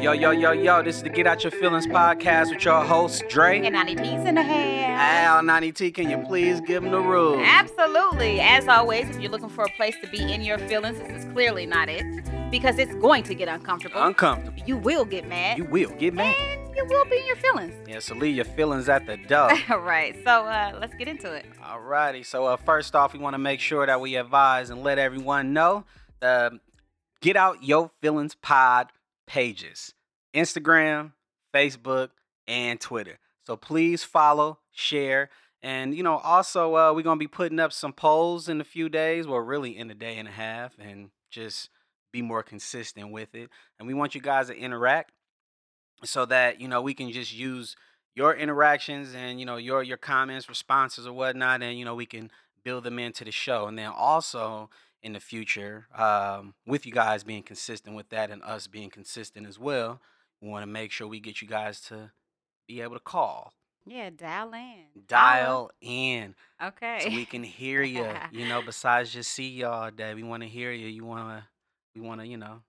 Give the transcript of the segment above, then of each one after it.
Yo, yo, yo, yo, this is the Get Out Your Feelings podcast with your host, Dre. And 90 P's in the hand. Al 90T, can you please give them the rules? Absolutely. As always, if you're looking for a place to be in your feelings, this is clearly not it because it's going to get uncomfortable. Uncomfortable. you will get mad. You will get mad. and you will be in your feelings. Yeah, so leave your feelings at the door. All right. So uh, let's get into it. Alrighty, so uh, first off, we want to make sure that we advise and let everyone know the Get Out Your Feelings Pod pages Instagram, Facebook, and Twitter. So please follow, share, and you know, also, uh, we're going to be putting up some polls in a few days, well, really in a day and a half, and just be more consistent with it. And we want you guys to interact so that, you know, we can just use your interactions and you know your your comments responses or whatnot and you know we can build them into the show and then also in the future um, with you guys being consistent with that and us being consistent as well we want to make sure we get you guys to be able to call Yeah, dial in. dial in Dial. Okay. so we can hear you you know besides just see you all day we want to hear you you want to we want to you know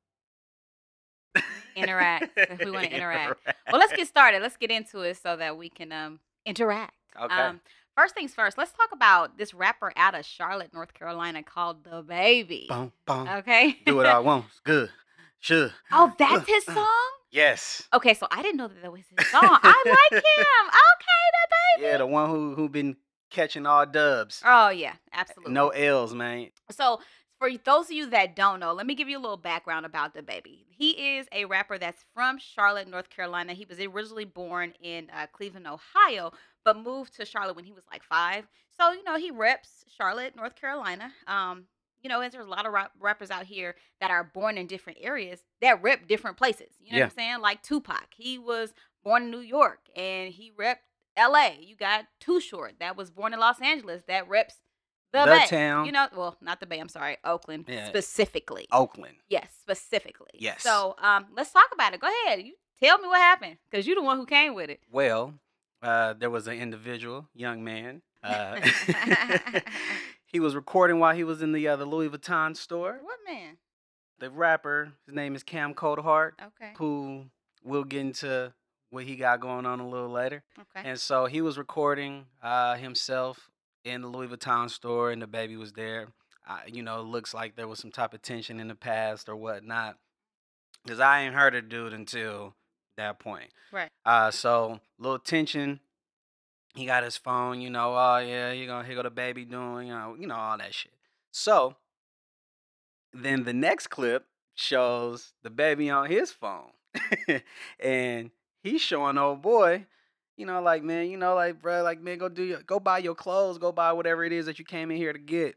Interact. We wanna interact. well, let's get started. Let's get into it so that we can um, interact. Okay. Um, first things first, let's talk about this rapper out of Charlotte, North Carolina called The Baby. Boom, boom. Okay. do what i want It's good sure oh, that's his uh. song? yes Okay, so I didn't know that that was his song. I like him. Okay, the baby. Yeah, the one who who been catching all dubs. Oh yeah, absolutely. No L's, man. So for those of you that don't know, let me give you a little background about the baby. He is a rapper that's from Charlotte, North Carolina. He was originally born in uh, Cleveland, Ohio, but moved to Charlotte when he was like five. So you know he reps Charlotte, North Carolina. Um, you know, and there's a lot of rap- rappers out here that are born in different areas that rep different places. You know Yeah. what I'm saying? Like Tupac, he was born in New York and he repped L.A. You got Too Short that was born in Los Angeles that reps the, The Bay. town. You know, well, not the Bay. I'm sorry, Oakland Yeah. specifically. Oakland. Yes, specifically. Yes. So um, let's talk about it. Go ahead. You tell me what happened because you're the one who came with it. Well, uh, there was an individual, young man. Uh, he was recording while he was in the uh, the Louis Vuitton store. What man? The rapper, his name is Cam Coldheart, Okay. who we'll get into what he got going on a little later. Okay. And so he was recording uh, himself in the Louis Vuitton store, and the baby was there. Uh, you know, it looks like there was some type of tension in the past or whatnot. Because I ain't heard of dude until that point. Right. Uh, so, little tension. He got his phone, you know, oh, yeah, you gonna, here go the baby doing, you know, you know, all that shit. So, then the next clip shows the baby on his phone. and he's showing old boy, you know, like man, you know, like bruh, like man, go do your, go buy your clothes, go buy whatever it is that you came in here to get.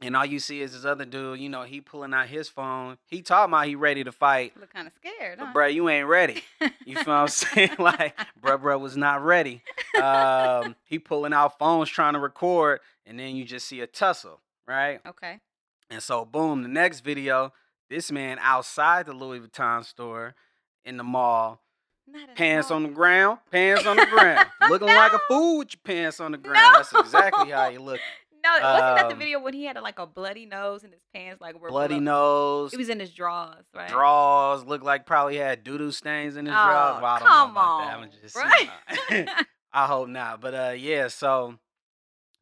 And all you see is this other dude, you know, he pulling out his phone. He talking about he ready to fight, Look kind of scared. but Huh? bruh, you ain't ready. You feel what I'm saying? Like, bruh, bruh was not ready. Um, he pulling out phones trying to record, and then you just see a tussle, right? Okay. And so, boom, the next video, this man outside the Louis Vuitton store in the mall, Not at pants all. on the ground, pants on the ground, looking like a fool with your pants on the ground. That's exactly how you look. No, wasn't that the um, video when he had like a bloody nose and his pants like were Bloody blood- nose, It was in his drawers, right? draws, look like probably had doo doo stains in Oh, his drawers. Well, I don't come know about that. on, I'm just, you know, right? I hope not. But uh, yeah, so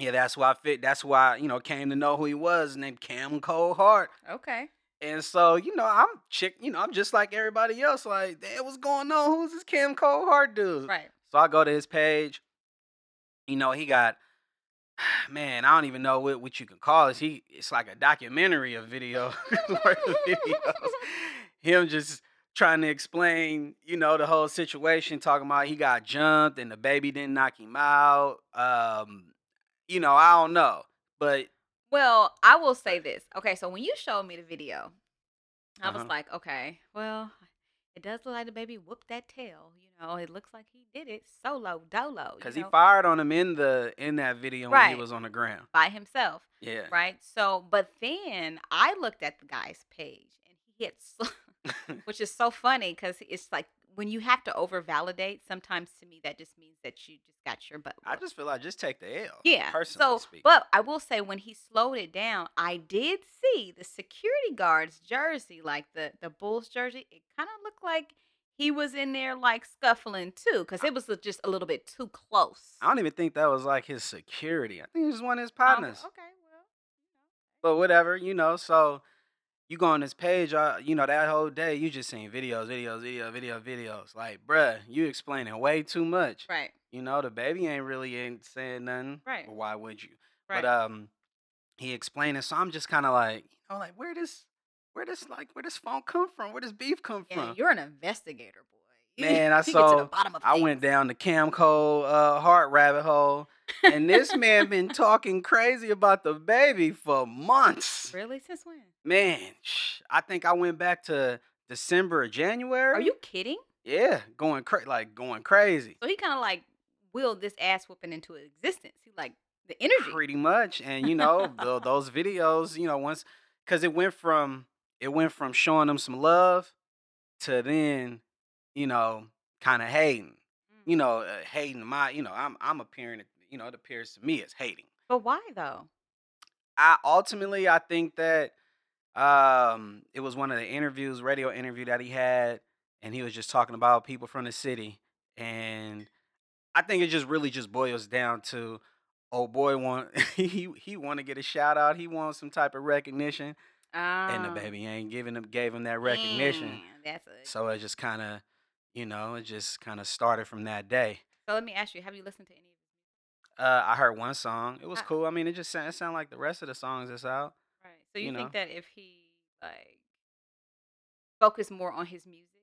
yeah, that's why I fit. That's why you know came to know who he was, named Cam Cold Heart. okay. And so, you know, I'm chick, you know, I'm just like everybody else. Like, damn, what's going on? Who's this Cam Cold Heart dude? Right. So I go to his page. You know, he got man, I don't even know what, what you can call this. He it's like a documentary of video worth of videos. Him just trying to explain, you know, the whole situation, talking about he got jumped and the baby didn't knock him out. Um, you know, I don't know. But Well, I will say this. Okay, so when you showed me the video, I was Uh-huh. like, okay, well, it does look like the baby whooped that tail. You know, it looks like he did it solo, dolo. because you he know, fired on him in the in that video when he Right. was on the ground. by himself, Yeah. right? So, but then I looked at the guy's page and he had, so- which is so funny because it's like when you have to over validate, sometimes to me that just means that you just got your butt. I whooped. just feel like just take the L. Yeah. Personally so, speaking. but I will say when he slowed it down, I did see the security guard's jersey, like the the Bulls jersey. It kind of looked like he was in there like scuffling too, because it was a- just a little bit too close. I don't even think that was like his security. I think it was one of his Um, partners. okay, well, But whatever, you know. So you go on this page, uh, you know, that whole day you just seeing videos, videos, video, video, videos. Like, bruh, you explaining way too much. right, You know, the baby ain't really ain't saying nothing. Right. But why would you? right. But um, he explained it. So I'm just kind of like, you know, like where this, where this, like where this phone come from? Where this beef come yeah, from? you're an investigator, boy. You- Man, I you Get to saw- the bottom of I went things. down the Camco uh, heart rabbit hole, and this man been talking crazy about the baby for months. Really? Since when? Man, I think I went back to December or January. Are you kidding? Yeah, going cra- like going crazy. So he kind of like willed this ass whooping into existence. He like the energy. Pretty much, and you know tho- those videos. You know once because it went from it went from showing them some love to then you know kind of hating. Mm. You know uh, hating my. You know I'm I'm appearing. You know it appears to me as hating. but why though? I ultimately I think that um it was one of the interviews, radio interview that he had, and he was just talking about people from the city. And I think it just really just boils down to oh boy want he he wanna get a shout out, he wants some type of recognition. and the Um, baby ain't giving him gave him that recognition. man, Mm, that's a, so, So it just kinda you know, it just kinda started from that day. let me ask you: Have you listened to any? Uh, I heard one song. It was Uh, cool. I mean, it just sound, it sound like the rest of the songs that's out. Right. So you, you think know. that if he like focused more on his music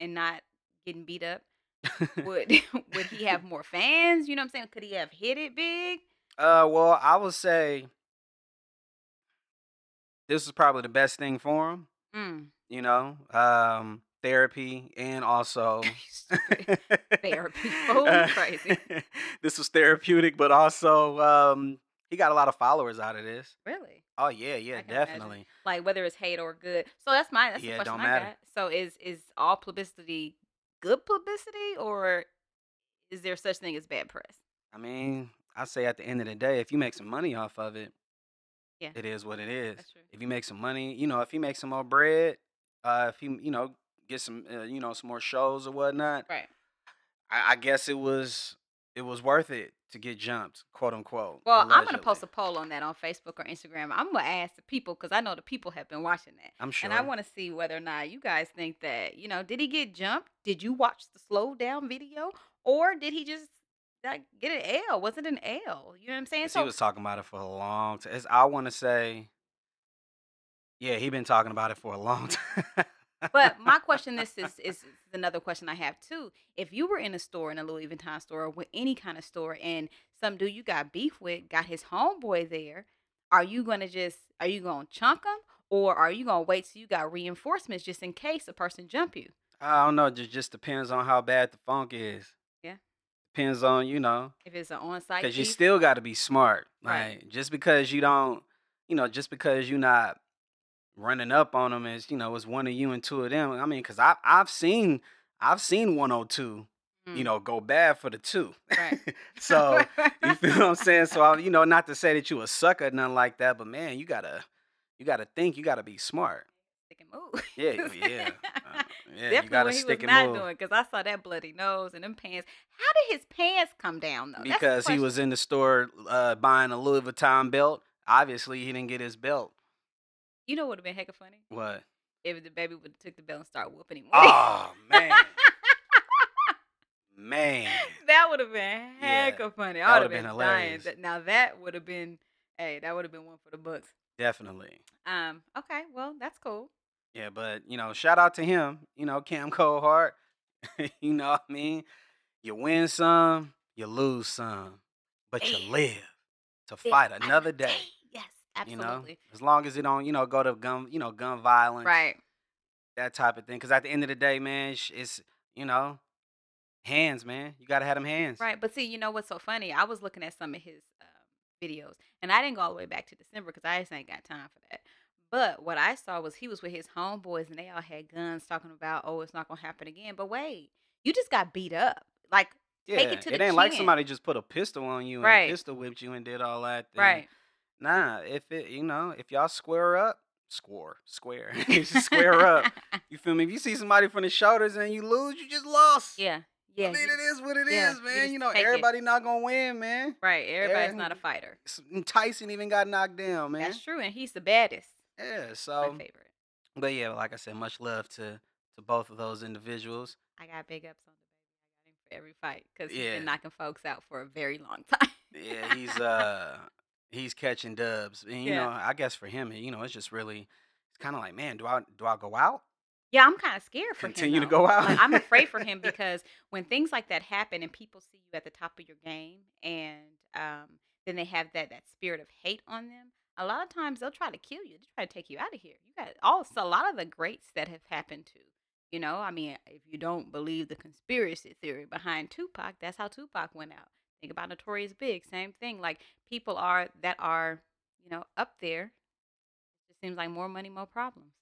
and not getting beat up, would would he have more fans? You know what I'm saying? Could he have hit it big? Uh, well, I would say this is probably the best thing for him. Mm. You know, um, therapy and also Stupid. Therapy. Fool, you Uh, crazy. this was therapeutic, but also um, he got a lot of followers out of this. really? Oh yeah, yeah, I can imagine. definitely. Like whether it's hate or good. So that's my that's Yeah, it the question don't I matter. got. So is is all publicity good publicity or is there such thing as bad press? I mean, I say at the end of the day, if you make some money off of it, Yeah. it is what it is. That's true. if you make some money, you know, if he makes some more bread, uh, if he, you know, get some, uh, you know, some more shows or whatnot, Right. I, I guess it was, it was worth it to get jumped, quote unquote. Well, I'm gonna post a allegedly. poll on that on Facebook or Instagram. I'm gonna ask the people because I know the people have been watching that. I'm sure. And I want to see whether or not you guys think that, you know, did he get jumped? Did you watch the slow down video? Or did he just like get an L? Was it an L? You know what I'm saying? 'Cause he was talking about it for a long time. I want to say, yeah, he been talking about it for a long time. but my question this is is another question I have too. If you were in a store in a Louis Vuitton store or with any kind of store and some dude you got beef with got his homeboy there, are you gonna just are you gonna chunk him or are you gonna wait till you got reinforcements just in case a person jump you? I don't know. Just just depends on how bad the funk is. Yeah. Depends on you know. If it's an on site because you still got to be smart. Like Right. just because you don't, you know, just because you're not running up on them is, you know, it's one of you and two of them. I mean, because I I've seen I've seen 102, you know, go bad for the two. mm, Right. so you feel what I'm saying? So I, you know, not to say that you a sucker, nothing like that, but man, you gotta you gotta think, you gotta be smart. They can move. Yeah, yeah, uh, yeah. Definitely you gotta what he stick was and not move. doing because I saw that bloody nose and them pants. How did his pants come down though? That's the because he question. was in the store uh, buying a Louis Vuitton belt. Obviously, he didn't get his belt. You know, would have been hecka funny What? if the baby would have took the bell and started whooping him. with it. Oh man, man. that would have been Yeah, hecka funny. that I would've would been have been dying. hilarious. Th- Now that would have been, hey, that would have been one for the books. Definitely. Um. Okay. Well, that's cool. Yeah, but you know, shout out to him. You know, Cam Coldheart. you know what I mean? You win some, you lose some, but you Yeah. live to Big fight fight another day. Yes. You Absolutely. know, as long as it don't, you know, go to gun, you know, gun violence, Right. that type of thing. Because at the end of the day, man, sh- it's you know, hands, man. You gotta have them hands. Right, but see, you know what's so funny? I was looking at some of his um, videos, and I didn't go all the way back to December because I just ain't got time for that. But what I saw was he was with his homeboys, and they all had guns, talking about, "Oh, it's not gonna happen again." But wait, you just got beat up. Like, Yeah, Take it to ain't the like chin. somebody just put a pistol on you and Right. pistol whipped you and did all that. Then right? Nah, if it you know, if y'all square up, score, square, square up. You feel me? If you see somebody from the shoulders and you lose, you just lost. yeah. Yeah. I mean, you- it is what it is, yeah, you man. just You know, take it. everybody not gonna win, man. right. Everybody's Aaron- not a fighter. S- Tyson even got knocked down, man. That's true. And he's the baddest. Yeah. My So, favorite. but yeah, like I said, much love to to both of those individuals. I got big ups on the baby. I got him for every fight because he's Yeah. been knocking folks out for a very long time. Yeah, he's uh he's catching dubs, and you Yeah. know, I guess for him, you know, it's just really it's kind of like, man, do I do I go out? Yeah, I'm kind of scared for Continue him. to though. go out. Like, I'm afraid for him because when things like that happen and people see you at the top of your game and um, then they have that that spirit of hate on them, a lot of times they'll try to kill you. They try to take you out of here. You got also a lot of the greats that have happened to. You know, I mean, if you don't believe the conspiracy theory behind Tupac, that's how Tupac went out. Think about Notorious Big, same thing. Like people are that are, you know, up there. It seems like more money, more problems.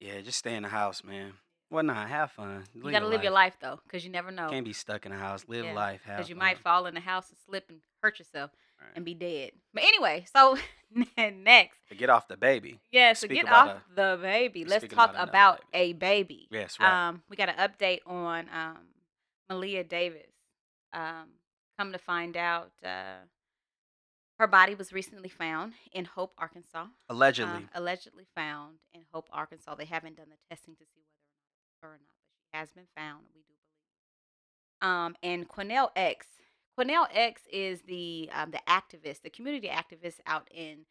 Yeah, just stay in the house, man. Well, nah, have fun. You gotta live your life though, because you never know. Can't be stuck in the house. Live Yeah, life. Have because you fun. might fall in the house and slip and hurt yourself Right. and be dead. But anyway, so next, But get off the baby. yeah, so Speak get about off the baby. Let's speak talk about another about a baby. Yes, right. Um, we got an update on um, Malia Davis. Um, come to find out, uh, her body was recently found in Hope, Arkansas. Allegedly. um, allegedly found in Hope, Arkansas. They haven't done the testing to see whether or not, or not, but she has been found. We do believe. Um, and Quinnell X, Quinnell X is the um, the activist, the community activist out in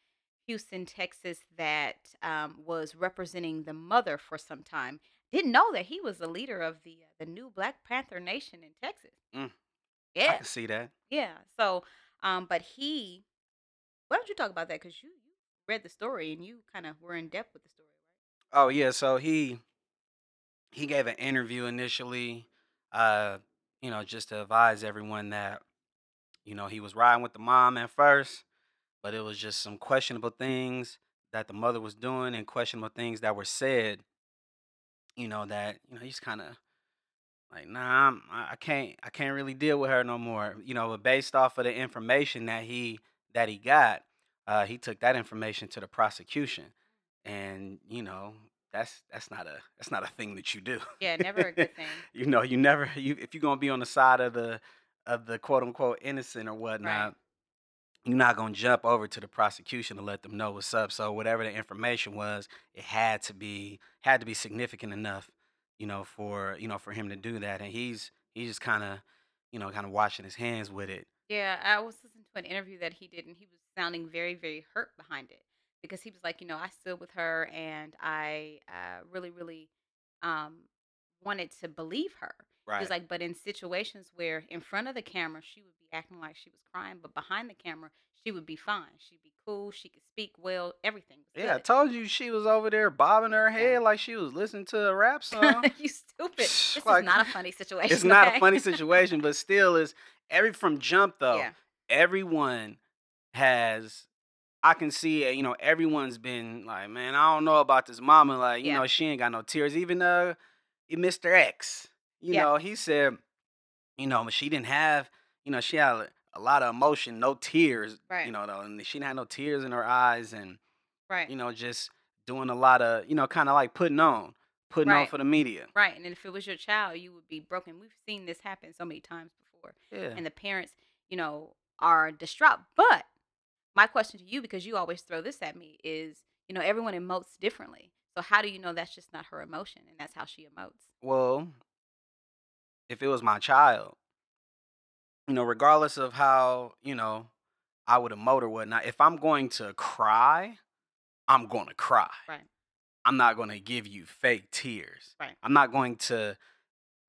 Houston, Texas, that um, was representing the mother for some time. Didn't know that he was the leader of the uh, the new Black Panther Nation in Texas. Mm. I Yeah, can see that. yeah. So, um, but he, why don't you talk about that? Because you, you read the story and you kind of were in depth with the story, Oh yeah, so he he gave an interview initially, uh, you know, just to advise everyone that, you know, he was riding with the mom at first, but it was just some questionable things that the mother was doing and questionable things that were said, you know, that, you know, he's kinda like, nah, I'm, I I can't I can't really deal with her no more. You know, but based off of the information that he that he got, uh, he took that information to the prosecution and you know that's that's not a that's not a thing that you do right? Yeah, never a good thing. you know you never you if you're gonna be on the side of the of the quote unquote innocent or whatnot you're not gonna jump over to the prosecution to let them know what's up so whatever the information was it had to be had to be significant enough you know for you know for him to do that and he's he's just kind of you know kind of washing his hands with it Yeah, I was listening to an interview that he did, and he was sounding very, very hurt behind it because he was like, you know, I stood with her, and I uh, really, really um, wanted to believe her. right He's like, but in situations where in front of the camera she would be acting like she was crying, but behind the camera she would be fine. She'd be cool. She could speak well. Everything. was yeah i good." told you she was over there bobbing her head like she was listening to a rap song you stupid. This Like, is not a funny situation. It's not okay? a funny situation, but still is every from jump though. Yeah. Everyone has I can see uh, you know everyone's been like, man, I don't know about this mama like, you Yeah. know, she ain't got no tears even uh Mr. X. You Yeah. know, he said you know, she didn't have, you know, she had a lot of emotion, no tears, Right. you know, though, and she didn't have no tears in her eyes and right. you know just doing a lot of, you know, kind of like putting on, putting on Right. for the media. right. And if it was your child, you would be broken. We've seen this happen so many times before. Yeah. And the parents, you know, are distraught. But my question to you, because you always throw this at me, is you know, everyone emotes differently. So how do you know that's just not her emotion and that's how she emotes? well, if it was my child, you know, regardless of how, you know, I would emote or whatnot, if I'm going to cry, I'm going to cry. Right. I'm not going to give you fake tears. Right. I'm not going to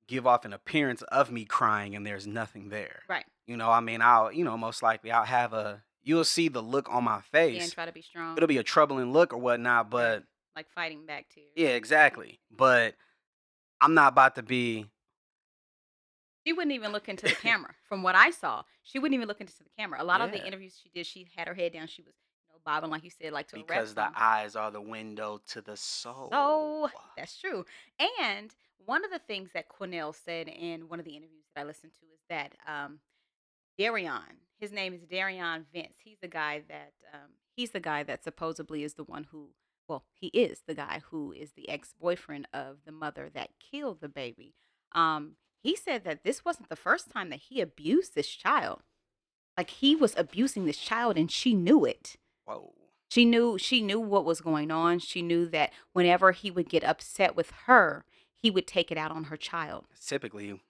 give off an appearance of me crying and there's nothing there. Right. You know, I mean, I'll, you know, most likely I'll have a, you'll see the look on my And face. try to be strong. It'll be a troubling look or whatnot, but like fighting back tears. yeah, exactly. But I'm not about to be She wouldn't even look into the camera. From what I saw, she wouldn't even look into the camera. A lot of Yeah. the interviews she did, she had her head down. She was you know, bobbing, like you said, like to because a the rap song. eyes are the window to the soul. So that's true. And one of the things that Quinnell said in one of the interviews that I listened to is that um, Darion, his name is Darion Vince. He's the guy that um, he's the guy that supposedly is the one who well, he is the guy who is the ex boyfriend of the mother that killed the baby. Um, he said that this wasn't the first time that he abused this child. Like he was abusing this child and she knew it. Whoa. She knew she knew what was going on. She knew that whenever he would get upset with her, he would take it out on her child. That's typically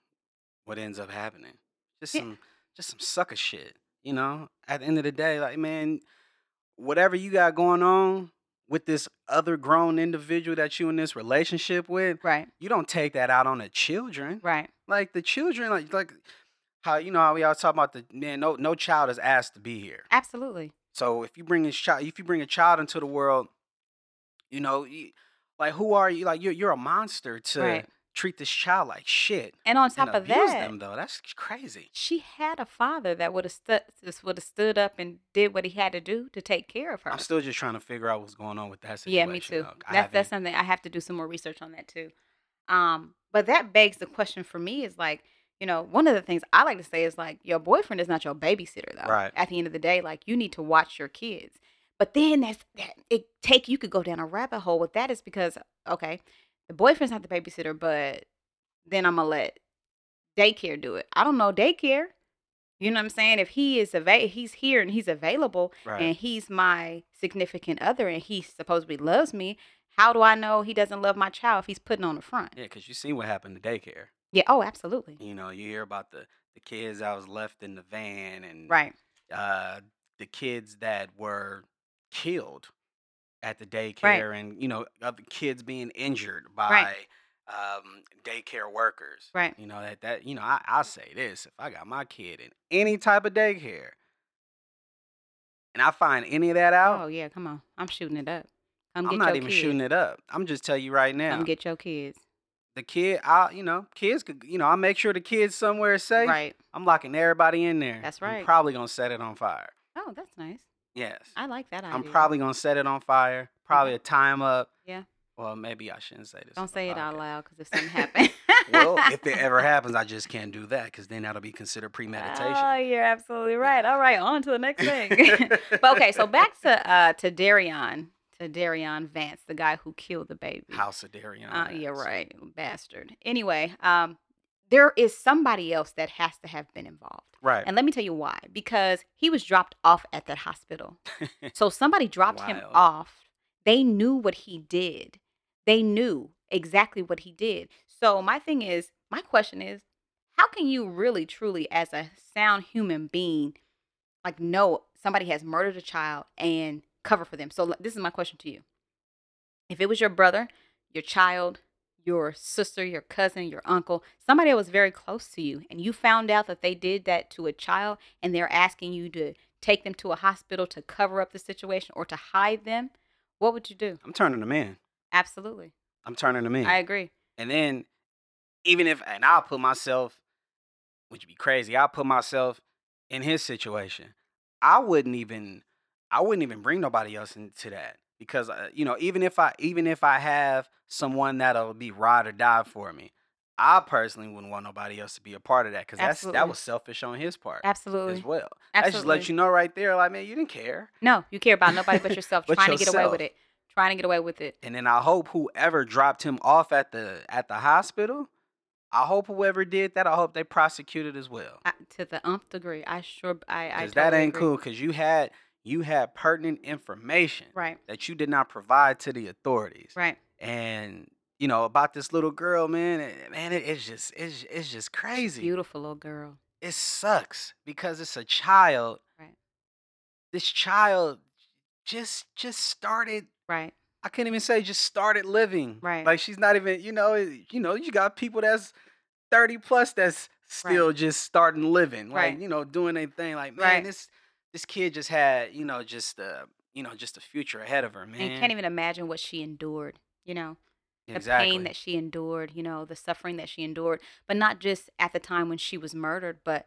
what ends up happening. Just Yeah. some just some sucker shit. You know? At the end of the day, like man, whatever you got going on with this other grown individual that you in this relationship with, Right. you don't take that out on the children. Right. Like the children, like like how you know how we all talk about the man, no no child is asked to be here. Absolutely. So if you bring this child, if you bring a child into the world, you know, you, like who are you? Like you're you're a monster to Right. treat this child like shit. And on and top of abuse that, them though. That's crazy. she had a father that would have stood would have stood up and did what he had to do to take care of her. I'm still just trying to figure out what's going on with that yeah, situation. me too. though. I That's that's haven't- something I have to do some more research on that too. Um, but that begs the question for me is like, you know, one of the things I like to say is like, your boyfriend is not your babysitter though. Right. At the end of the day, like you need to watch your kids. But then that's that it take you could go down a rabbit hole with that is because okay, the boyfriend's not the babysitter, but then I'm gonna let daycare do it. I don't know daycare. You know what I'm saying? If he is ava- he's here and he's available, right. and he's my significant other and he supposedly loves me, how do I know he doesn't love my child if he's putting on the front? yeah, because you see what happened to daycare. Yeah, oh, absolutely. You know, you hear about the the kids that was left in the van and Right. uh, the kids that were killed at the daycare and you know other kids being injured by um, daycare workers Right. you know that that you know I, i'll say this if i got my kid in any type of daycare and i find any of that out Oh, yeah, come on. I'm shooting it up. Oh, Come i'm get not your even kids. shooting it up i'm just telling you right now Come get your kids. the kid i you know kids could you know i make sure the kids somewhere is safe Right. i'm locking everybody in there That's i'm right. probably gonna set it on fire Oh, that's nice. yes I like that idea. I'm probably gonna set it on fire. Probably a time up. Yeah. Well, maybe I shouldn't say this. on Don't the say it out podcast. loud because if something happens. well, if it ever happens, I just can't do that because then that'll be considered Oh, premeditation. you're absolutely right. All right, on to the next thing. but okay, so back to uh to Darion, to Darion Vance, the guy who killed the baby. House of Darion. Uh, yeah, Vance. right, bastard. Anyway, um, there is somebody else that has to have been involved, Right. and let me tell you why. Because he was dropped off at that hospital, so somebody dropped him Wild. off. They knew what he did. They knew exactly what he did. So my thing is, my question is, how can you really, truly, as a sound human being, like know somebody has murdered a child and cover for them? So like, this is my question to you: If it was your brother, your child, your sister, your cousin, your uncle, somebody that was very close to you, and you found out that they did that to a child and they're asking you to take them to a hospital to cover up the situation or to hide them, what would you do? I'm turning them in. Absolutely. I'm turning them in. I agree. and then, even if, and I'll put myself, which would be crazy, I'll put myself in his situation. I wouldn't even, I wouldn't even bring nobody else into that because uh, you know, even if I, even if I have someone that'll be ride or die for me, I personally wouldn't want nobody else to be a part of that because that's that Absolutely. was selfish on his part Absolutely. as well. That just Absolutely. lets you know right there, like man, you didn't care. no, you care about nobody but yourself But trying to get away yourself. with it. Trying to get away with it. And then I hope whoever dropped him off at the at the hospital, I hope whoever did that, I hope they prosecuted as well. I, uh, to the umph degree. I sure I I Because that totally ain't agree. cool. Because you had you had pertinent information Right. that you did not provide to the authorities, Right. and you know about this little girl, man. and- man, it, it's just it's it's just crazy. Beautiful little girl. It sucks because it's a child. Right. This child just just started Right. I couldn't even say just started living. Right. Like she's not even, you know, it- you know, you got people that's 30 plus that's still just starting living. Like, Right. you know, doing their thing. Like, man, Right. this this kid just had, you know, just uh, you know, just the future ahead of her, man. And you can't even imagine what she endured, you know? the exactly. pain that she endured, you know, the suffering that she endured, but not just at the time when she was murdered, but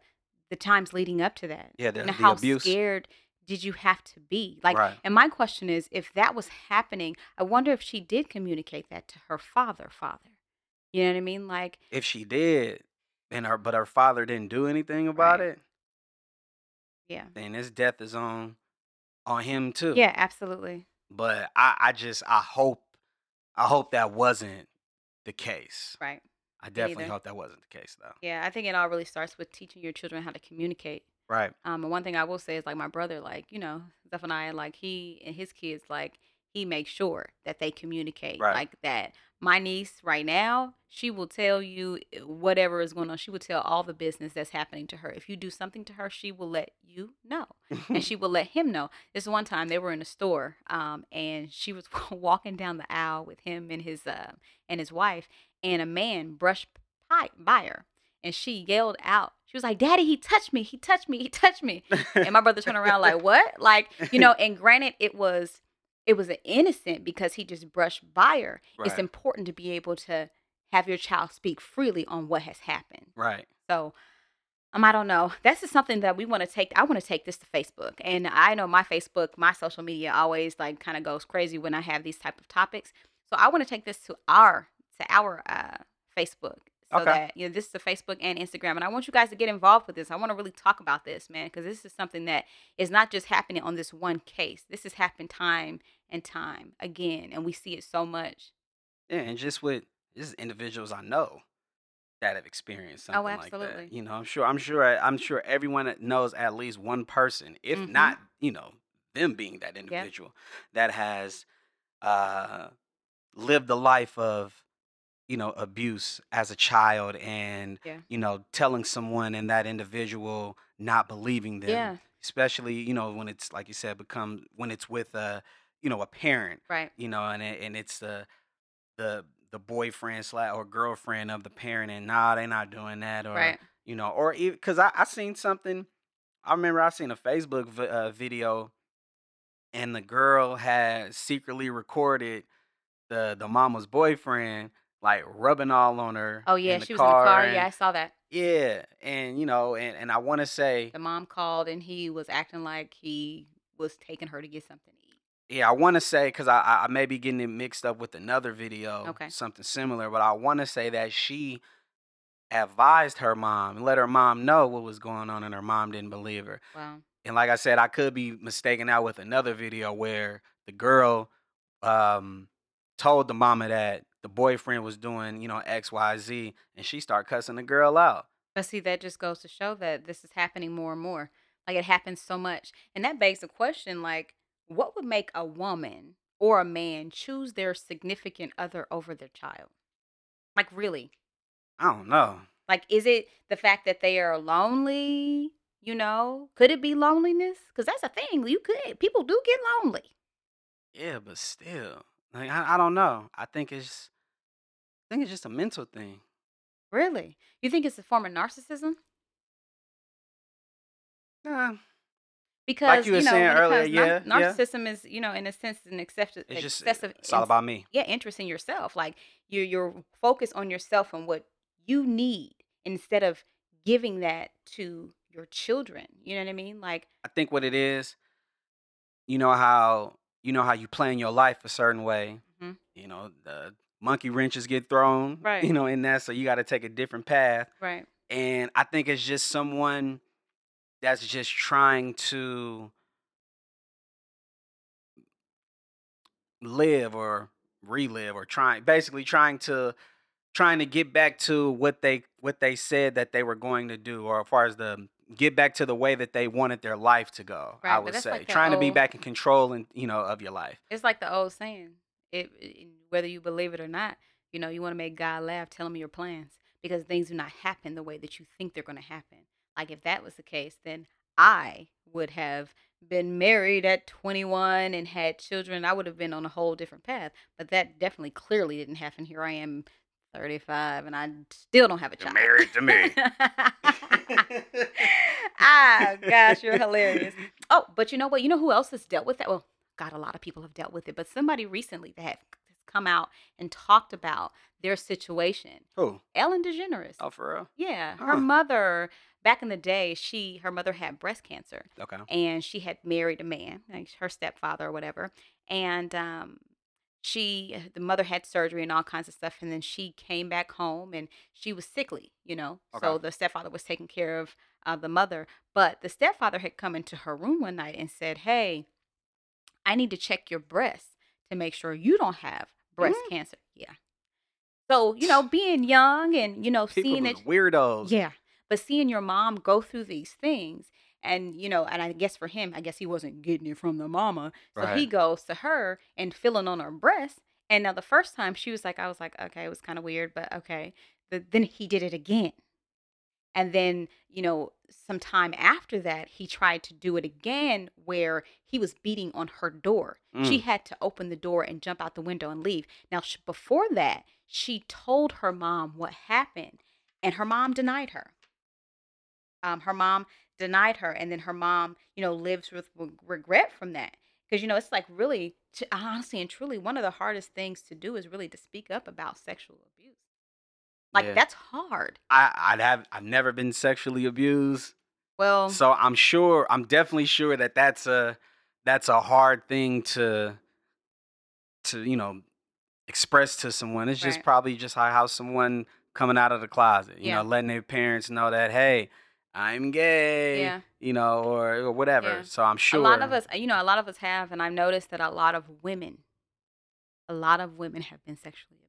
the times leading up to that. yeah, the, You know, the how abuse. scared did you have to be? Like, right. and my question is, if that was happening, I wonder if she did communicate that to her father, father. You know what I mean? Like, If she did, and her but her father didn't do anything about Right. it, yeah, then his death is on on him too. yeah, absolutely. But I, I just I hope I hope that wasn't the case. Right. I definitely either. hope that wasn't the case though. Yeah, I think it all really starts with teaching your children how to communicate. Right. Um, and one thing I will say is like my brother, like you know Zephaniah, like he and his kids, like he makes sure that they communicate Right. like that. My niece right now, she will tell you eh, whatever is going on. She will tell all the business that's happening to her. If you do something to her, she will let you know, and she will let him know. This one time they were in a store, um, and she was walking down the aisle with him and his uh, and his wife, and a man brushed by, by her, and she yelled out. She was like, "Daddy, he touched me! He touched me! He touched me!" and my brother turned around like what like you know and granted it was it was an innocent because he just brushed by her it's Right. important to be able to have your child speak freely on what has happened right. so um, I don't know. This is something that we want to take. I want to take this to Facebook, and I know my Facebook, my social media, always like kind of goes crazy when I have these type of topics. So I want to take this to our to our uh, Facebook, so Okay. that you know this is the Facebook and Instagram, and I want you guys to get involved with this. I want to really talk about this, man, because this is something that is not just happening on this one case. This has happened time and time again, and we see it so much. Yeah, and just with just individuals I know that have experienced something like that. Oh, absolutely. You know, I'm sure I'm sure I'm sure everyone that knows at least one person, if Mhm. not, you know, them being that individual that has uh lived the life of you know abuse as a child and Yeah. you know telling someone and that individual not believing them Yeah. especially you know when it's like you said become when it's with a you know a parent Right. you know, and it, and it's the the the boyfriend slash or girlfriend of the parent, and nah, they not doing that, or Right. you know, or because I I seen something, I remember I seen a Facebook vi- uh, video, and the girl had secretly recorded the the mama's boyfriend like rubbing all on her. Oh yeah, the she was in the car. and- Yeah, I saw that. yeah, and you know, and and I want to say, the mom called and he was acting like he was taking her to get something to eat. yeah, I want to say because I, I I may be getting it mixed up with another video, Okay. something similar, but I want to say that she advised her mom and let her mom know what was going on, and her mom didn't believe her. Wow. And like I said, I could be mistaken out with another video where the girl um, told the mama that the boyfriend was doing, you know, X, Y, Z, and she started cussing the girl out. But see, that just goes to show that this is happening more and more. Like it happens so much. And that begs the question like, what would make a woman or a man choose their significant other over their child? Like, really? I don't know. Like, is it the fact that they are lonely? You know, could it be loneliness? Because that's a thing. You could, people do get lonely. Yeah, but still, like I, I don't know. I think it's, I think it's just a mental thing. Really? You think it's a form of narcissism? Nah, because you were know saying when it earlier, comes, nar- yeah, yeah. narcissism is you know in a sense an excessive it's just excessive it's all ins- about me. yeah interest in yourself like you're you're focused on yourself and what you need instead of giving that to your children you know what i mean like I think what it is, you know how you know how you plan your life a certain way. Mhm. You know the monkey wrenches get thrown, Right. you know, in that, so you got to take a different path. right And I think it's just someone that's just trying to live or relive or trying, basically trying to trying to get back to what they what they said that they were going to do, or as far as the get back to the way that they wanted their life to go. Right, I but would that's say like that trying to be old- back in control and you know of your life. it's like the old saying it, it- whether you believe it or not you know you want to make god laugh tell him your plans because things do not happen the way that you think they're going to happen like if that was the case then i would have been married at 21 and had children i would have been on a whole different path but that definitely clearly didn't happen here i am 35 and i still don't have a You're child married to me. ah gosh you're hilarious Oh, but you know what? You know who else has dealt with that? Well, God, a lot of people have dealt with it, but somebody recently that has come out and talked about their situation. Who? Ellen DeGeneres. Oh, for real? Yeah, her Huh. mother back in the day, she her mother had breast cancer, Okay. and she had married a man, like her stepfather or whatever, and um, she uh, the mother had surgery and all kinds of stuff, and then she came back home and she was sickly, you know. So Okay. the stepfather was taking care of uh, the mother, but the stepfather had come into her room one night and said, "Hey, I need to check your breasts to make sure you don't have breast Mm. cancer. Yeah. So, you know, being young and, you know, People seeing who's that weirdos. yeah. But seeing your mom go through these things and you know, and I guess for him, I guess he wasn't getting it from the mama. So he Right. goes to her and feeling on her breast. And now the first time she was like, I was like, okay, it was kind of weird, but okay. But then he did it again. And then, you know, some time after that, he tried to do it again where he was beating on her door. Mm, She had to open the door and jump out the window and leave. Now, sh- before that, she told her mom what happened, and her mom denied her. Um, her mom denied her, and then her mom, you know, lives with w- regret from that. Because, you know, it's like really, t- honestly and truly, one of the hardest things to do is really to speak up about sexual abuse. Like, Yeah. that's hard. I, I'd have. I've never been sexually abused, Well, so I'm sure. I'm definitely sure that that's a that's a hard thing to to you know express to someone. It's just Right. probably just how, how someone coming out of the closet, you Yeah. know, letting their parents know that hey, I'm gay, Yeah. you know, or, or whatever. Yeah. So I'm sure a lot of us you know a lot of us have and i've noticed that a lot of women a lot of women have been sexually abused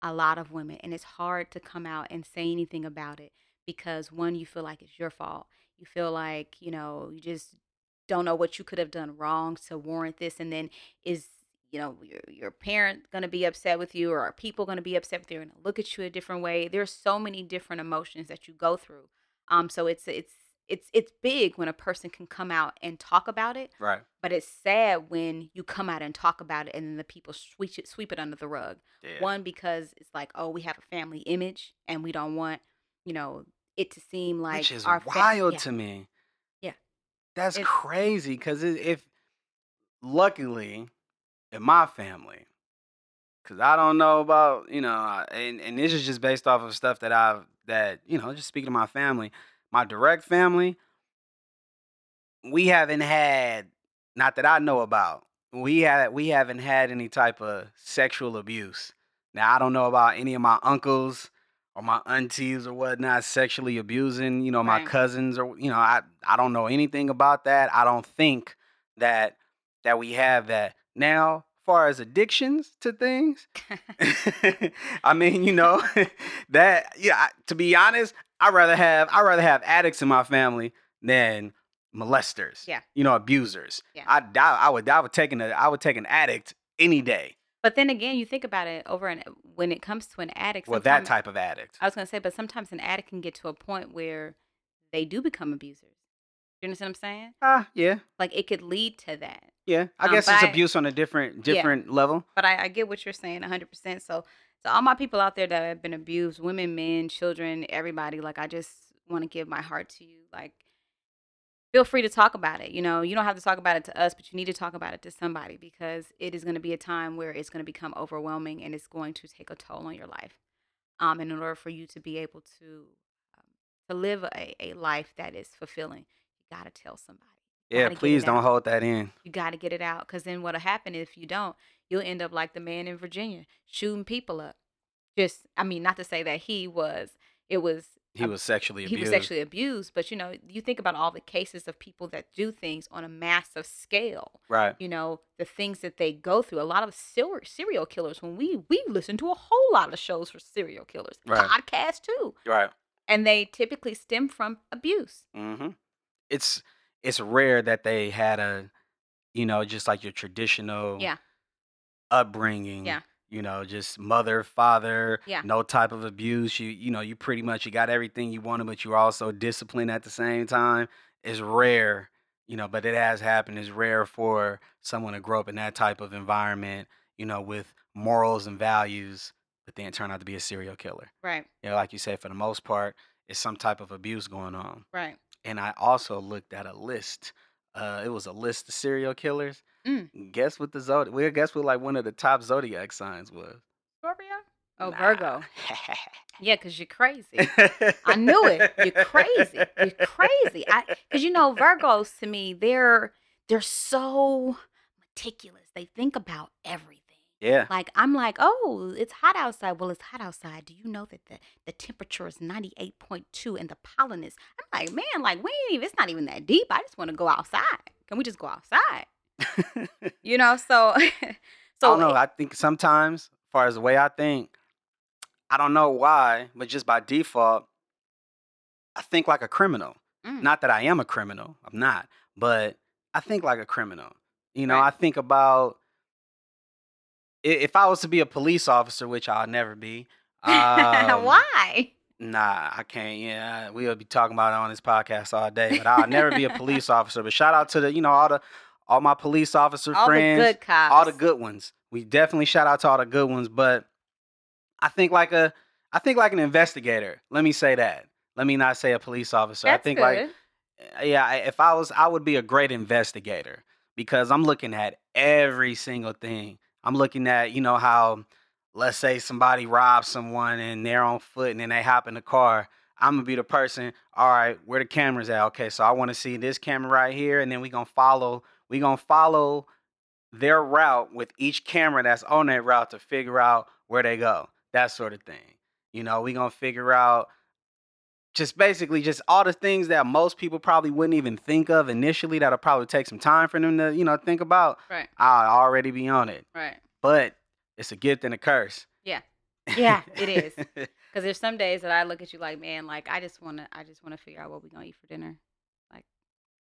a lot of women and it's hard to come out and say anything about it because one you feel like it's your fault you feel like you know you just don't know what you could have done wrong to warrant this and then is you know your, your parent going to be upset with you or are people going to be upset with you and look at you a different way there's so many different emotions that you go through um so it's it's it's it's big when a person can come out and talk about it right. but it's sad when you come out and talk about it and then the people sweep it sweep it under the rug Yeah. one because it's like oh we have a family image and we don't want you know it to seem like Which is our fa- wild yeah. to me. Yeah. That's It's- crazy because if luckily in my family, because I don't know about you know, I- and and this is just based off of stuff that I've that you know, just speaking to my family, my direct family, we haven't had not that I know about. We had we haven't had any type of sexual abuse. Now I don't know about any of my uncles or my aunties or whatnot sexually abusing, you know, my Right. cousins or you know, I I don't know anything about that. I don't think that that we have that. Now, far as addictions to things, I mean, you know, that yeah, I- to be honest, I rather have I rather have addicts in my family than molesters. Yeah. You know, abusers. Yeah. I die I would I would take an I would take an addict any day. but then again you think about it over and when it comes to an addict Well, that sometime- type of addict. I was gonna say, but sometimes an addict can get to a point where they do become abusers. You understand what I'm saying? Ah, yeah. Like it could lead to that. Yeah. I Um, guess it's but- abuse on a different Yeah. different level. But I, I get what you're saying 100%. So, to all my people out there that have been abused, women, men, children, everybody, like I just want to give my heart to you. Like, feel free to talk about it. You know, you don't have to talk about it to us, but you need to talk about it to somebody because it is going to be a time where it's going to become overwhelming and it's going to take a toll on your life. Um, and in order for you to be able to um, to live a, a life that is fulfilling, you got to tell somebody. Yeah, Gotta get it please don't out. hold that in. You got to get it out because then what'll happen if you don't, you'll end up like the man in Virginia shooting people up. Just, I mean, not to say that he was, it was, He a- was sexually he abused. was sexually abused, but you know, you think about all the cases of people that do things on a massive scale. right. You know, the things that they go through. A lot of serial serial killers. When we we listen to a whole lot of shows for serial killers, Right. podcasts too, Right. and they typically stem from abuse. Mm-hmm. It's it's rare that they had a you know, just like your traditional Yeah. upbringing. Yeah. You know, just mother, father, Yeah. no type of abuse. You you know, you pretty much you got everything you wanted, but you were also disciplined at the same time. It's rare, you know, but it has happened. It's rare for someone to grow up in that type of environment, you know, with morals and values, but then turn out to be a serial killer. Right. You know, like you said, for the most part, it's some type of abuse going on. Right. And I also looked at a list. Uh, it was a list of serial killers. Mm. Guess what the zodiac? Well, guess what like one of the top zodiac signs was? Scorpio. Oh, Nah. Virgo. Yeah, because you're crazy. I knew it. You're crazy. You're crazy. I because you know Virgos to me, they're they're so meticulous. They think about everything. Yeah. Like I'm like, oh, it's hot outside. Well, it's hot outside. Do you know that the, the temperature is 98.2 and the pollen is? I'm like, man, like we ain't even. It's not even that deep. I just want to go outside. Can we just go outside? you know, so I so don't know. I think sometimes, as far as the way I think, I don't know why, but just by default, I think like a criminal. Mm. Not that I am a criminal, I'm not, but I think like a criminal. You know, Right. I think about i- if I was to be a police officer, which I'll never be. um, why? Nah, I can't. Yeah, we'll be talking about it on this podcast all day, but I'll never be a police officer. But shout out to the, you know, all the, all my police officer All um, friends the good cops. all the good ones. We definitely shout out to all the good ones, but I think like a I think like an investigator. Let me say that. Let me not say a police officer. That's I think good. like Uh, yeah, I- if I was I would be a great investigator because I'm looking at every single thing. I'm looking at, you know, how let's say somebody robs someone and they're on foot and then they hop in the car. I'm gonna be the person. All right, where the cameras at? Okay, so I want to see this camera right here, and then we gonna follow. We gonna follow their route with each camera that's on that route to figure out where they go. That sort of thing. You know, we gonna figure out just basically just all the things that most people probably wouldn't even think of initially. That'll probably take some time for them to you know think about. right, I'll already be on it, right. but it's a gift and a curse. Yeah. Yeah, it is. Because there's some days that I look at you like, man, like I just wanna, I just wanna figure out what we gonna eat for dinner. Like,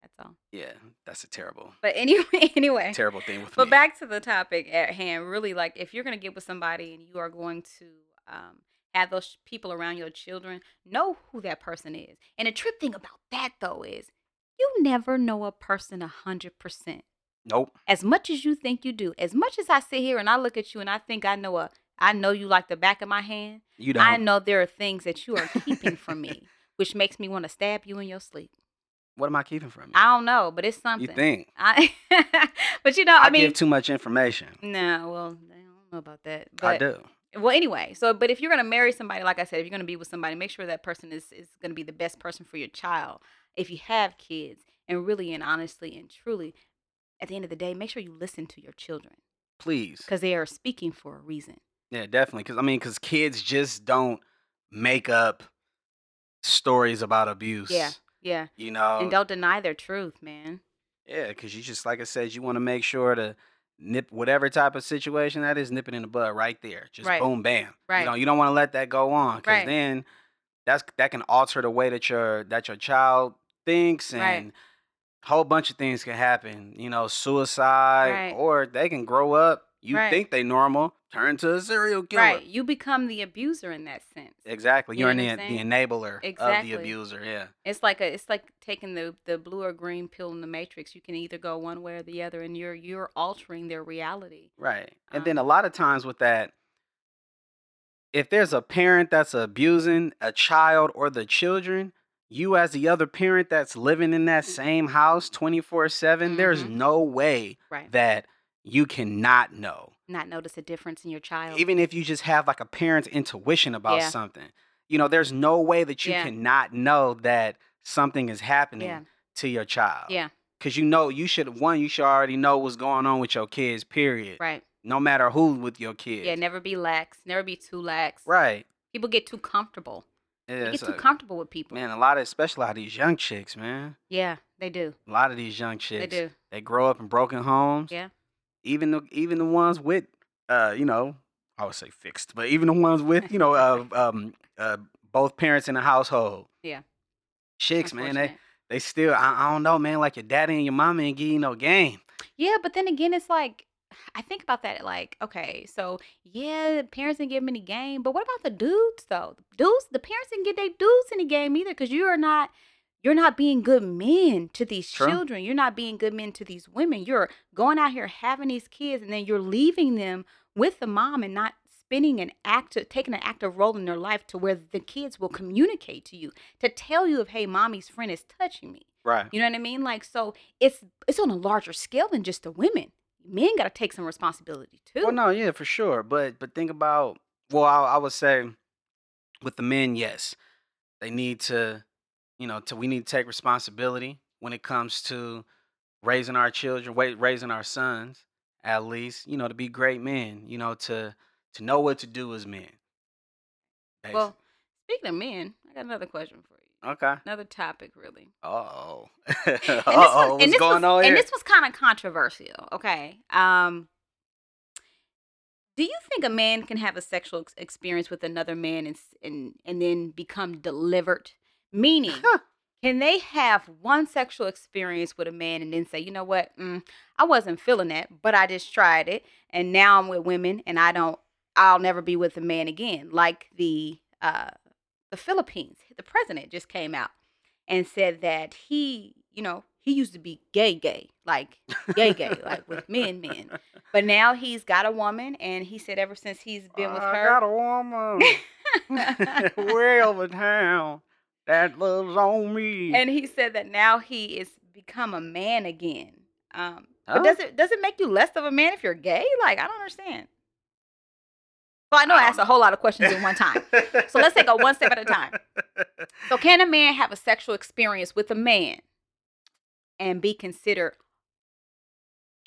that's all. yeah, that's a terrible, But anyway, anyway. terrible thing with Eh, But me. back to the topic at hand, really, like if you're going to get with somebody and you are going to um, have those sh- people around your children, know who that person is. And the trip thing about that, though, is you never know a person a 100%. nope. As much as you think you do, as much as I sit here and I look at you and I think I know a, I know you like the back of my hand, You don't. I know there are things that you are keeping from me, which makes me want to stab you in your sleep. What am I keeping from you? I don't know, but it's something. Mm. you think? I, but you know, I, I, mean, give too much information. no, well, I don't know about that. But I do. well, anyway, so but if you're gonna marry somebody, like I said, if you're gonna be with somebody, make sure that person is is gonna be the best person for your child. If you have kids, and really and honestly and truly, at the end of the day, make sure you listen to your children Please. because they are speaking for a reason. Yeah, definitely. Because I mean, because kids just don't make up stories about abuse. Yeah, You know. and don't deny their truth, man. yeah, because you just like I said, you want to make sure to nip whatever type of situation that is, nip it in the bud right there. Just Right. boom, bam. Right. You know, you don't want to let that go on because Right. then that's that can alter the way that your that your child thinks and. Right. Whole bunch of things can happen, you know, suicide, Right. or they can grow up. You Right. think they normal, turn to a serial killer. Right, you become the abuser in that sense. Exactly. You You're know what an, I'm the saying? enabler Exactly. of the abuser. Yeah. It's like a, it's like taking the the blue or green pill in the matrix. You can either go one way or the other, and you're you're altering their reality. Right. Uh-huh. And then a lot of times with that, if there's a parent that's abusing a child or the children, you as the other parent that's living in Mm. that same house 24 7, there's Mhm. no way Right. that you cannot know. Not notice a difference in your child. Even if you just have like a parent's intuition about Yeah. something, you know, there's no way that you Yeah. cannot know that something is happening Yeah. to your child. Yeah. Cause you know you should one, you should already know what's going on with your kids, period. Right. No matter who with your kids. Yeah. Never be lax. Never be too lax. right. People get too comfortable. Yeah, they get so- too comfortable with people. man, a lot of especially a lot of these young chicks, man. Yeah, they do. A lot of these young chicks. They do. they grow up in broken homes. Yeah. Even the even the ones with uh, you know, I would say fixed, but even the ones with, you know, uh, um uh both parents in the household. Yeah. Chicks, man, they Unfortunate. they still I, I don't know, man, like your daddy and your mama ain't give you no game. Yeah, but then again, it's like I think about that. Like, okay, so yeah, parents didn't give them any game, but what about the dudes though? Dudes, the parents didn't get their dudes any game either because you are not. You're not being good men to these True. children. You're not being good men to these women. You're going out here having these kids and then you're leaving them with the mom and not spinning an active taking an active role in their life to where the kids will communicate to you to tell you if hey mommy's friend is touching me Right. you know what I mean? Like so it's it's on a larger scale than just the women. Men gotta take some responsibility too. Well, no, yeah, for sure. But but think about well, I, I would say with the men, yes, they need to, you know, to we need to take responsibility when it comes to raising our children, wa- raising our sons, at least, you know, to be great men, you know, to to know what to do as men. Well, speaking of men, I got another question for you. Okay. Another topic, really. Oh. and this oh. was, What's and this going was, on here? And this was kind of controversial. Okay. Um, do you think a man can have a sexual ex- experience with another man and s- and and then become delivered? Meaning, Huh. can they have one sexual experience with a man and then say, you know what, mm, I wasn't feeling that, but I just tried it, and now I'm with women, and I don't, I'll never be with a man again. Like the uh, the Philippines, the president just came out and said that he, you know, he used to be gay, gay, like gay, gay, like with men, men. But now he's got a woman, and he said ever since he's been with I her, got a woman way over town that loves on me. and he said that now he is become a man again. Um, Huh? but does it does it make you less of a man if you're gay? Like I don't understand. Well, I know I, I don't asked a whole lot of questions in one time. So let's take a one step at a time. So can a man have a sexual experience with a man and be considered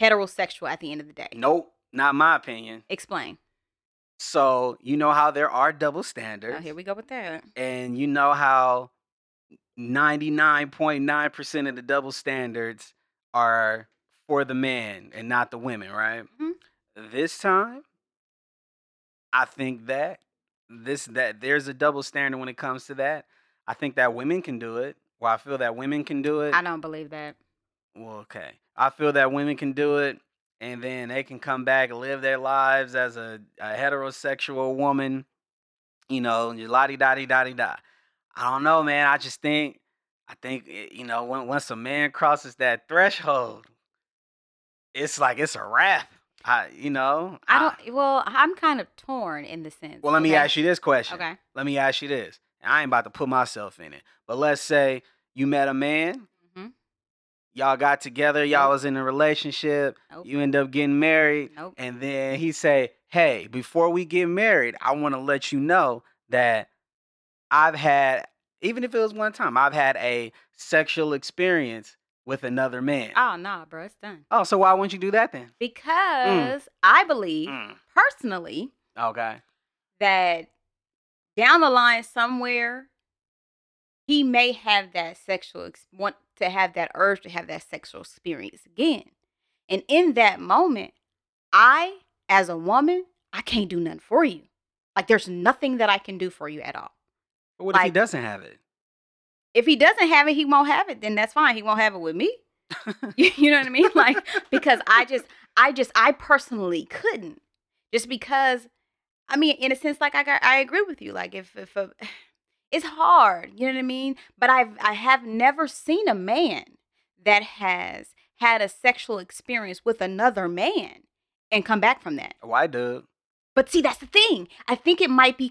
heterosexual at the end of the day? Nope, not my opinion. Explain. So you know how there are double Oh, standards, here we go with that. and you know how ninety-nine point nine percent of the double standards are for the men and not the women, right? Mhm. This time, I think that this that there's a double standard when it comes to that. I think that women can do it. Well, I feel that women can do it. I don't believe that. Well, okay. I feel that women can do it, and then they can come back and live their lives as a, a heterosexual woman, you know, and you la di da di da di da. I don't know, man. I just think, I think, eh, you know, when, once a man crosses that threshold, it's like it's a wrap. I, you know, I don't. Well, I'm kind of torn in the sense. Ah. well, let me okay? ask you this question. Okay. Let me ask you this. And I ain't about to put myself in it, but let's say you met a man. Mhm. Y'all got together. Y'all Nope. was in a relationship. Nope. You end up getting married, Nope. and then he say, "Hey, before we get married, I want to let you know that I've had, even if it was one time, I've had a sexual experience with another man." Oh no, bro, it's done. oh, so why wouldn't you do that then? Because I believe Mm. personally Okay. that down the line somewhere he may have that sexual ex- want to have that urge to have that sexual experience again. And in that moment, I as a woman, I can't do nothing for you. Like there's nothing that I can do for you at all. But what if he Like- doesn't have it? if he doesn't have it, he won't have it. Then that's fine. He won't have it with me. you, you know what I mean? Like because I just, I just, I personally couldn't. Just because, I mean, in a sense, like I, got, I agree with you. Like if, if a, it's hard, you know what I mean. But I've, I have never seen a man that has had a sexual experience with another man and come back from that. Why, dude? But see, that's the thing. I think it might be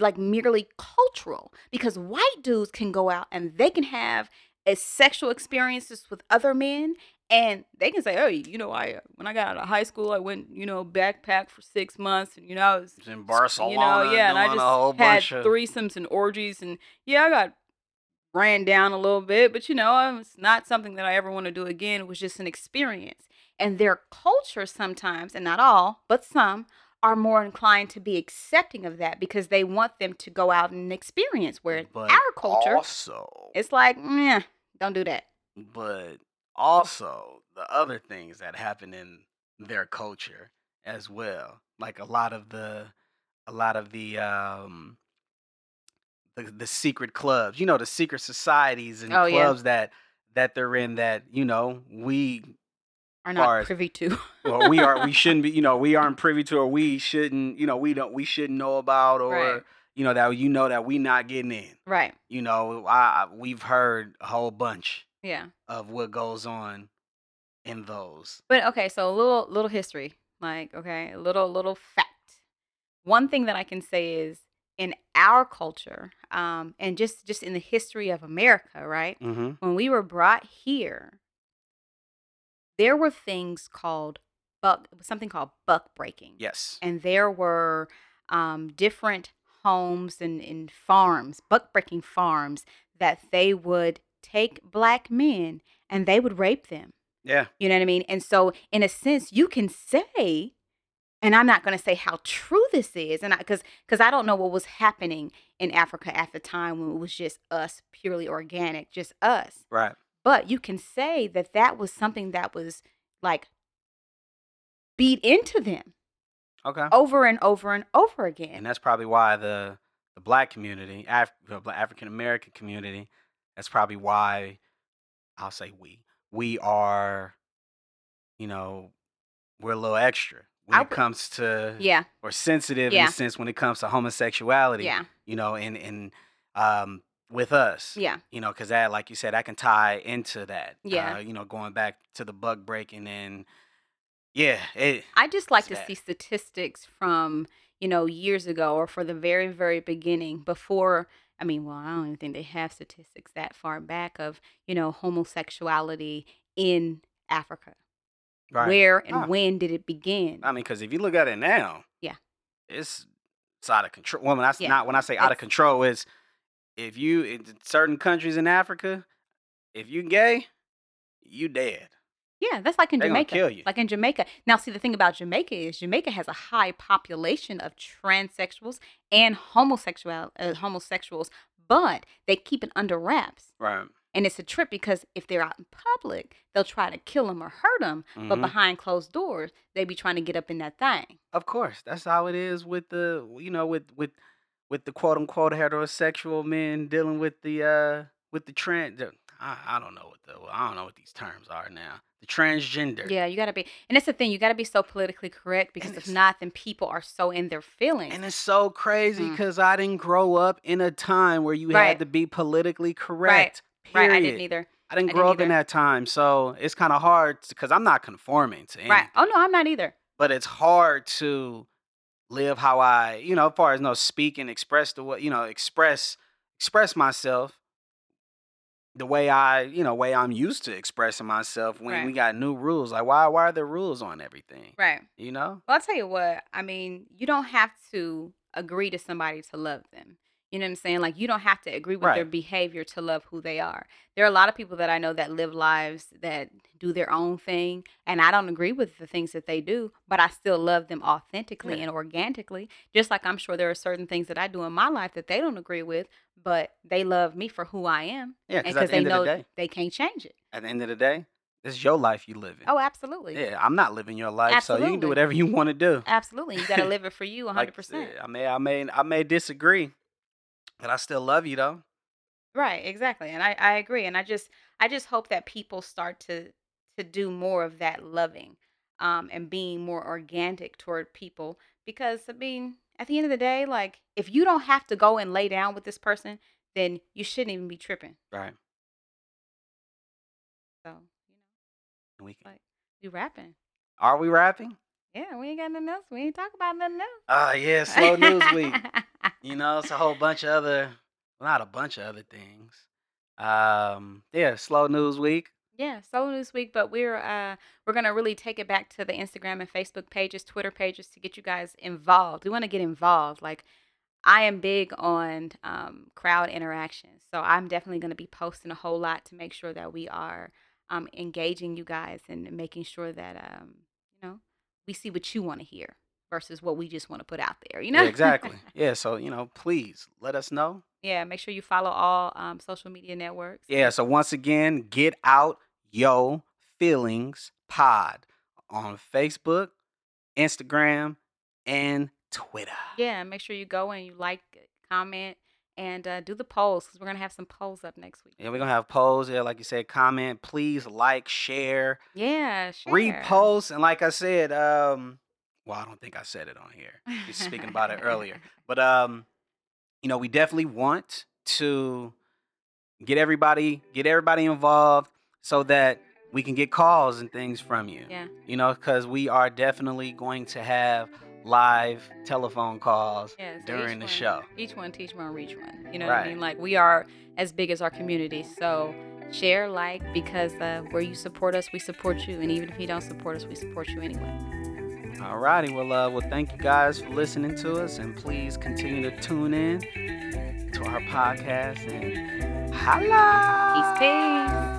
like merely cultural because white dudes can go out and they can have a sexual experiences with other men and they can say, "Oh, you know, I uh, when I got out of high school, I went, you know, backpack for 6 months and you know, I was It's in you know, yeah, and I doing just a whole had bunch of threesomes and orgies, and yeah, I got ran down a little bit, but you know, I- it's not something that I ever want to do again. It was just an experience, and their culture sometimes, and not all, but some, are more inclined to be accepting of that because they want them to go out and experience. Where But our culture, also it's like, nah, don't do that. but also the other things that happen in their culture as well like a lot of the a lot of the um the, the secret clubs you know the secret societies and Oh, yeah. clubs that that they're in that you know we Far Are not as- privy to. well, we are we shouldn't be you know we aren't privy to or we shouldn't you know we don't we shouldn't know about or Right. you know that you know that we not getting in right. you know I, I- we've heard a whole bunch Yeah. of what goes on in those. But okay, so a little little history, like okay, a little little fact. One thing that I can say is in our culture, um, and just just in the history of America, right? Mm-hmm. When we were brought here, there were things called buck, something called buck breaking, Yes. and there were um, different homes and, and farms, buck breaking farms that they would take black men and they would rape them. Yeah. You know what I mean? And so, in a sense, you can say and I'm not going to say how true this is, and because because I don't know what was happening in Africa at the time when it was just us, purely organic, just us. Right. But you can say that that was something that was like beat into them Okay. over and over and over again. And that's probably why the the black community, Af- African American community, that's probably why I'll say we we are, you know, we're a little extra when I it would- comes to yeah, or sensitive in Yeah. a sense when it comes to homosexuality. yeah, You know, and and um with us. yeah, You know, because that, like you said, I can tie into that. Yeah. Uh, you know, going back to the bug break and then, yeah, it I just like It's to bad. see statistics from, you know, years ago or for the very, very beginning before. I mean, well, I don't even think they have statistics that far back of, you know, homosexuality in Africa. right. Where and Ah. when did it begin? I mean, because if you look at it now, Yeah. it's it's out of control. Well, that's Yeah. not when I say out of It's- control. Is if you in certain countries in Africa, if you gay, you dead. yeah, that's like in They gonna Jamaica. kill you. Like in Jamaica. Now, see, the thing about Jamaica is Jamaica has a high population of transsexuals and homosexual uh, homosexuals, but they keep it under wraps. Right. And it's a trip because if they're out in public, they'll try to kill them or hurt them. But Mhm. behind closed doors, they be trying to get up in that thing. Of course, that's how it is with the you know with with with the quote unquote heterosexual men dealing with the uh with the trans. I, I don't know what the I don't know what these terms are now. The transgender. Yeah, you gotta be, and that's the thing. You gotta be so politically correct because if it's- not, then people are so in their feelings. And it's so crazy Mm. because I didn't grow up in a time where you Right. had to be politically correct. right? Period. I didn't either. I didn't I grow didn't up in either. that time, so it's kind of hard because I'm not conforming to anything. Right? Oh no, I'm not either. But it's hard to live how I, you know, as far as no speak and express the way, you know, express express myself the way I, you know, way I'm used to expressing myself when Right. we got new rules. Like why why are there rules on everything? Right. You know? Well, I'll tell you what. I mean, you don't have to agree to somebody to love them. You know what I'm saying? Like, you don't have to agree with their Right. behavior to love who they are. There are a lot of people that I know that live lives that do their own thing, and I don't agree with the things that they do, but I still love them authentically Yeah. and organically. Just like I'm sure there are certain things that I do in my life that they don't agree with, but they love me for who I am, Yeah, because at and because the they end of know the day, they can't change it. at the end of the day, it's your life you live in. Oh, absolutely, Yeah, I'm not living your life, so you can do Absolutely. whatever you want to do. absolutely. You got to live it for you, 100. Like, percent yeah, I may, I may, I may disagree, but I still love you though. Right, exactly. And I, I agree. And I just I just hope that people start to to do more of that loving um and being more organic toward people because I mean, at the end of the day, like if you don't have to go and lay down with this person, then you shouldn't even be tripping. Right. So, you know, And we can- Like- you rapping. Are we rapping? Yeah, we ain't got nothing else. We ain't talk about nothing else. Ah, yeah, slow news week. You know, it's a whole bunch of other, well, not a bunch of other things. Um, yeah, slow news week. Yeah, solo news week, but we're uh we're gonna really take it back to the Instagram and Facebook pages, Twitter pages to get you guys involved. We want to get involved. Like I am big on um, crowd interaction, so I'm definitely gonna be posting a whole lot to make sure that we are um, engaging you guys and making sure that um you know we see what you want to hear versus what we just want to put out there. You know Yeah, exactly. Yeah, so you know, please let us know. yeah, make sure you follow all um, social media networks. Yeah, so once again, get out yo feelings pod on Facebook, Instagram, and Twitter. Yeah, make sure you go and you like, comment, and uh, do the polls because we're gonna have some polls up next week. Yeah, we're gonna have polls. Yeah, like you said, comment, please like, share, Yeah, share. repost, and like I said, um, well, I don't think I said it on here. Just speaking about it earlier. But um, you know, we definitely want to get everybody get everybody involved so that we can get calls and things from you. Yeah. You know, because we are definitely going to have live telephone calls Yeah, so during each the one- show. Each one teach one, reach one. You know what Right. I mean? Like we are as big as our community, so share, like, because uh, where you support us, we support you, and even if you don't support us, we support you anyway. Alrighty, well, uh, well, thank you guys for listening to us, and please continue to tune in to our podcast and holla. Peace, peace.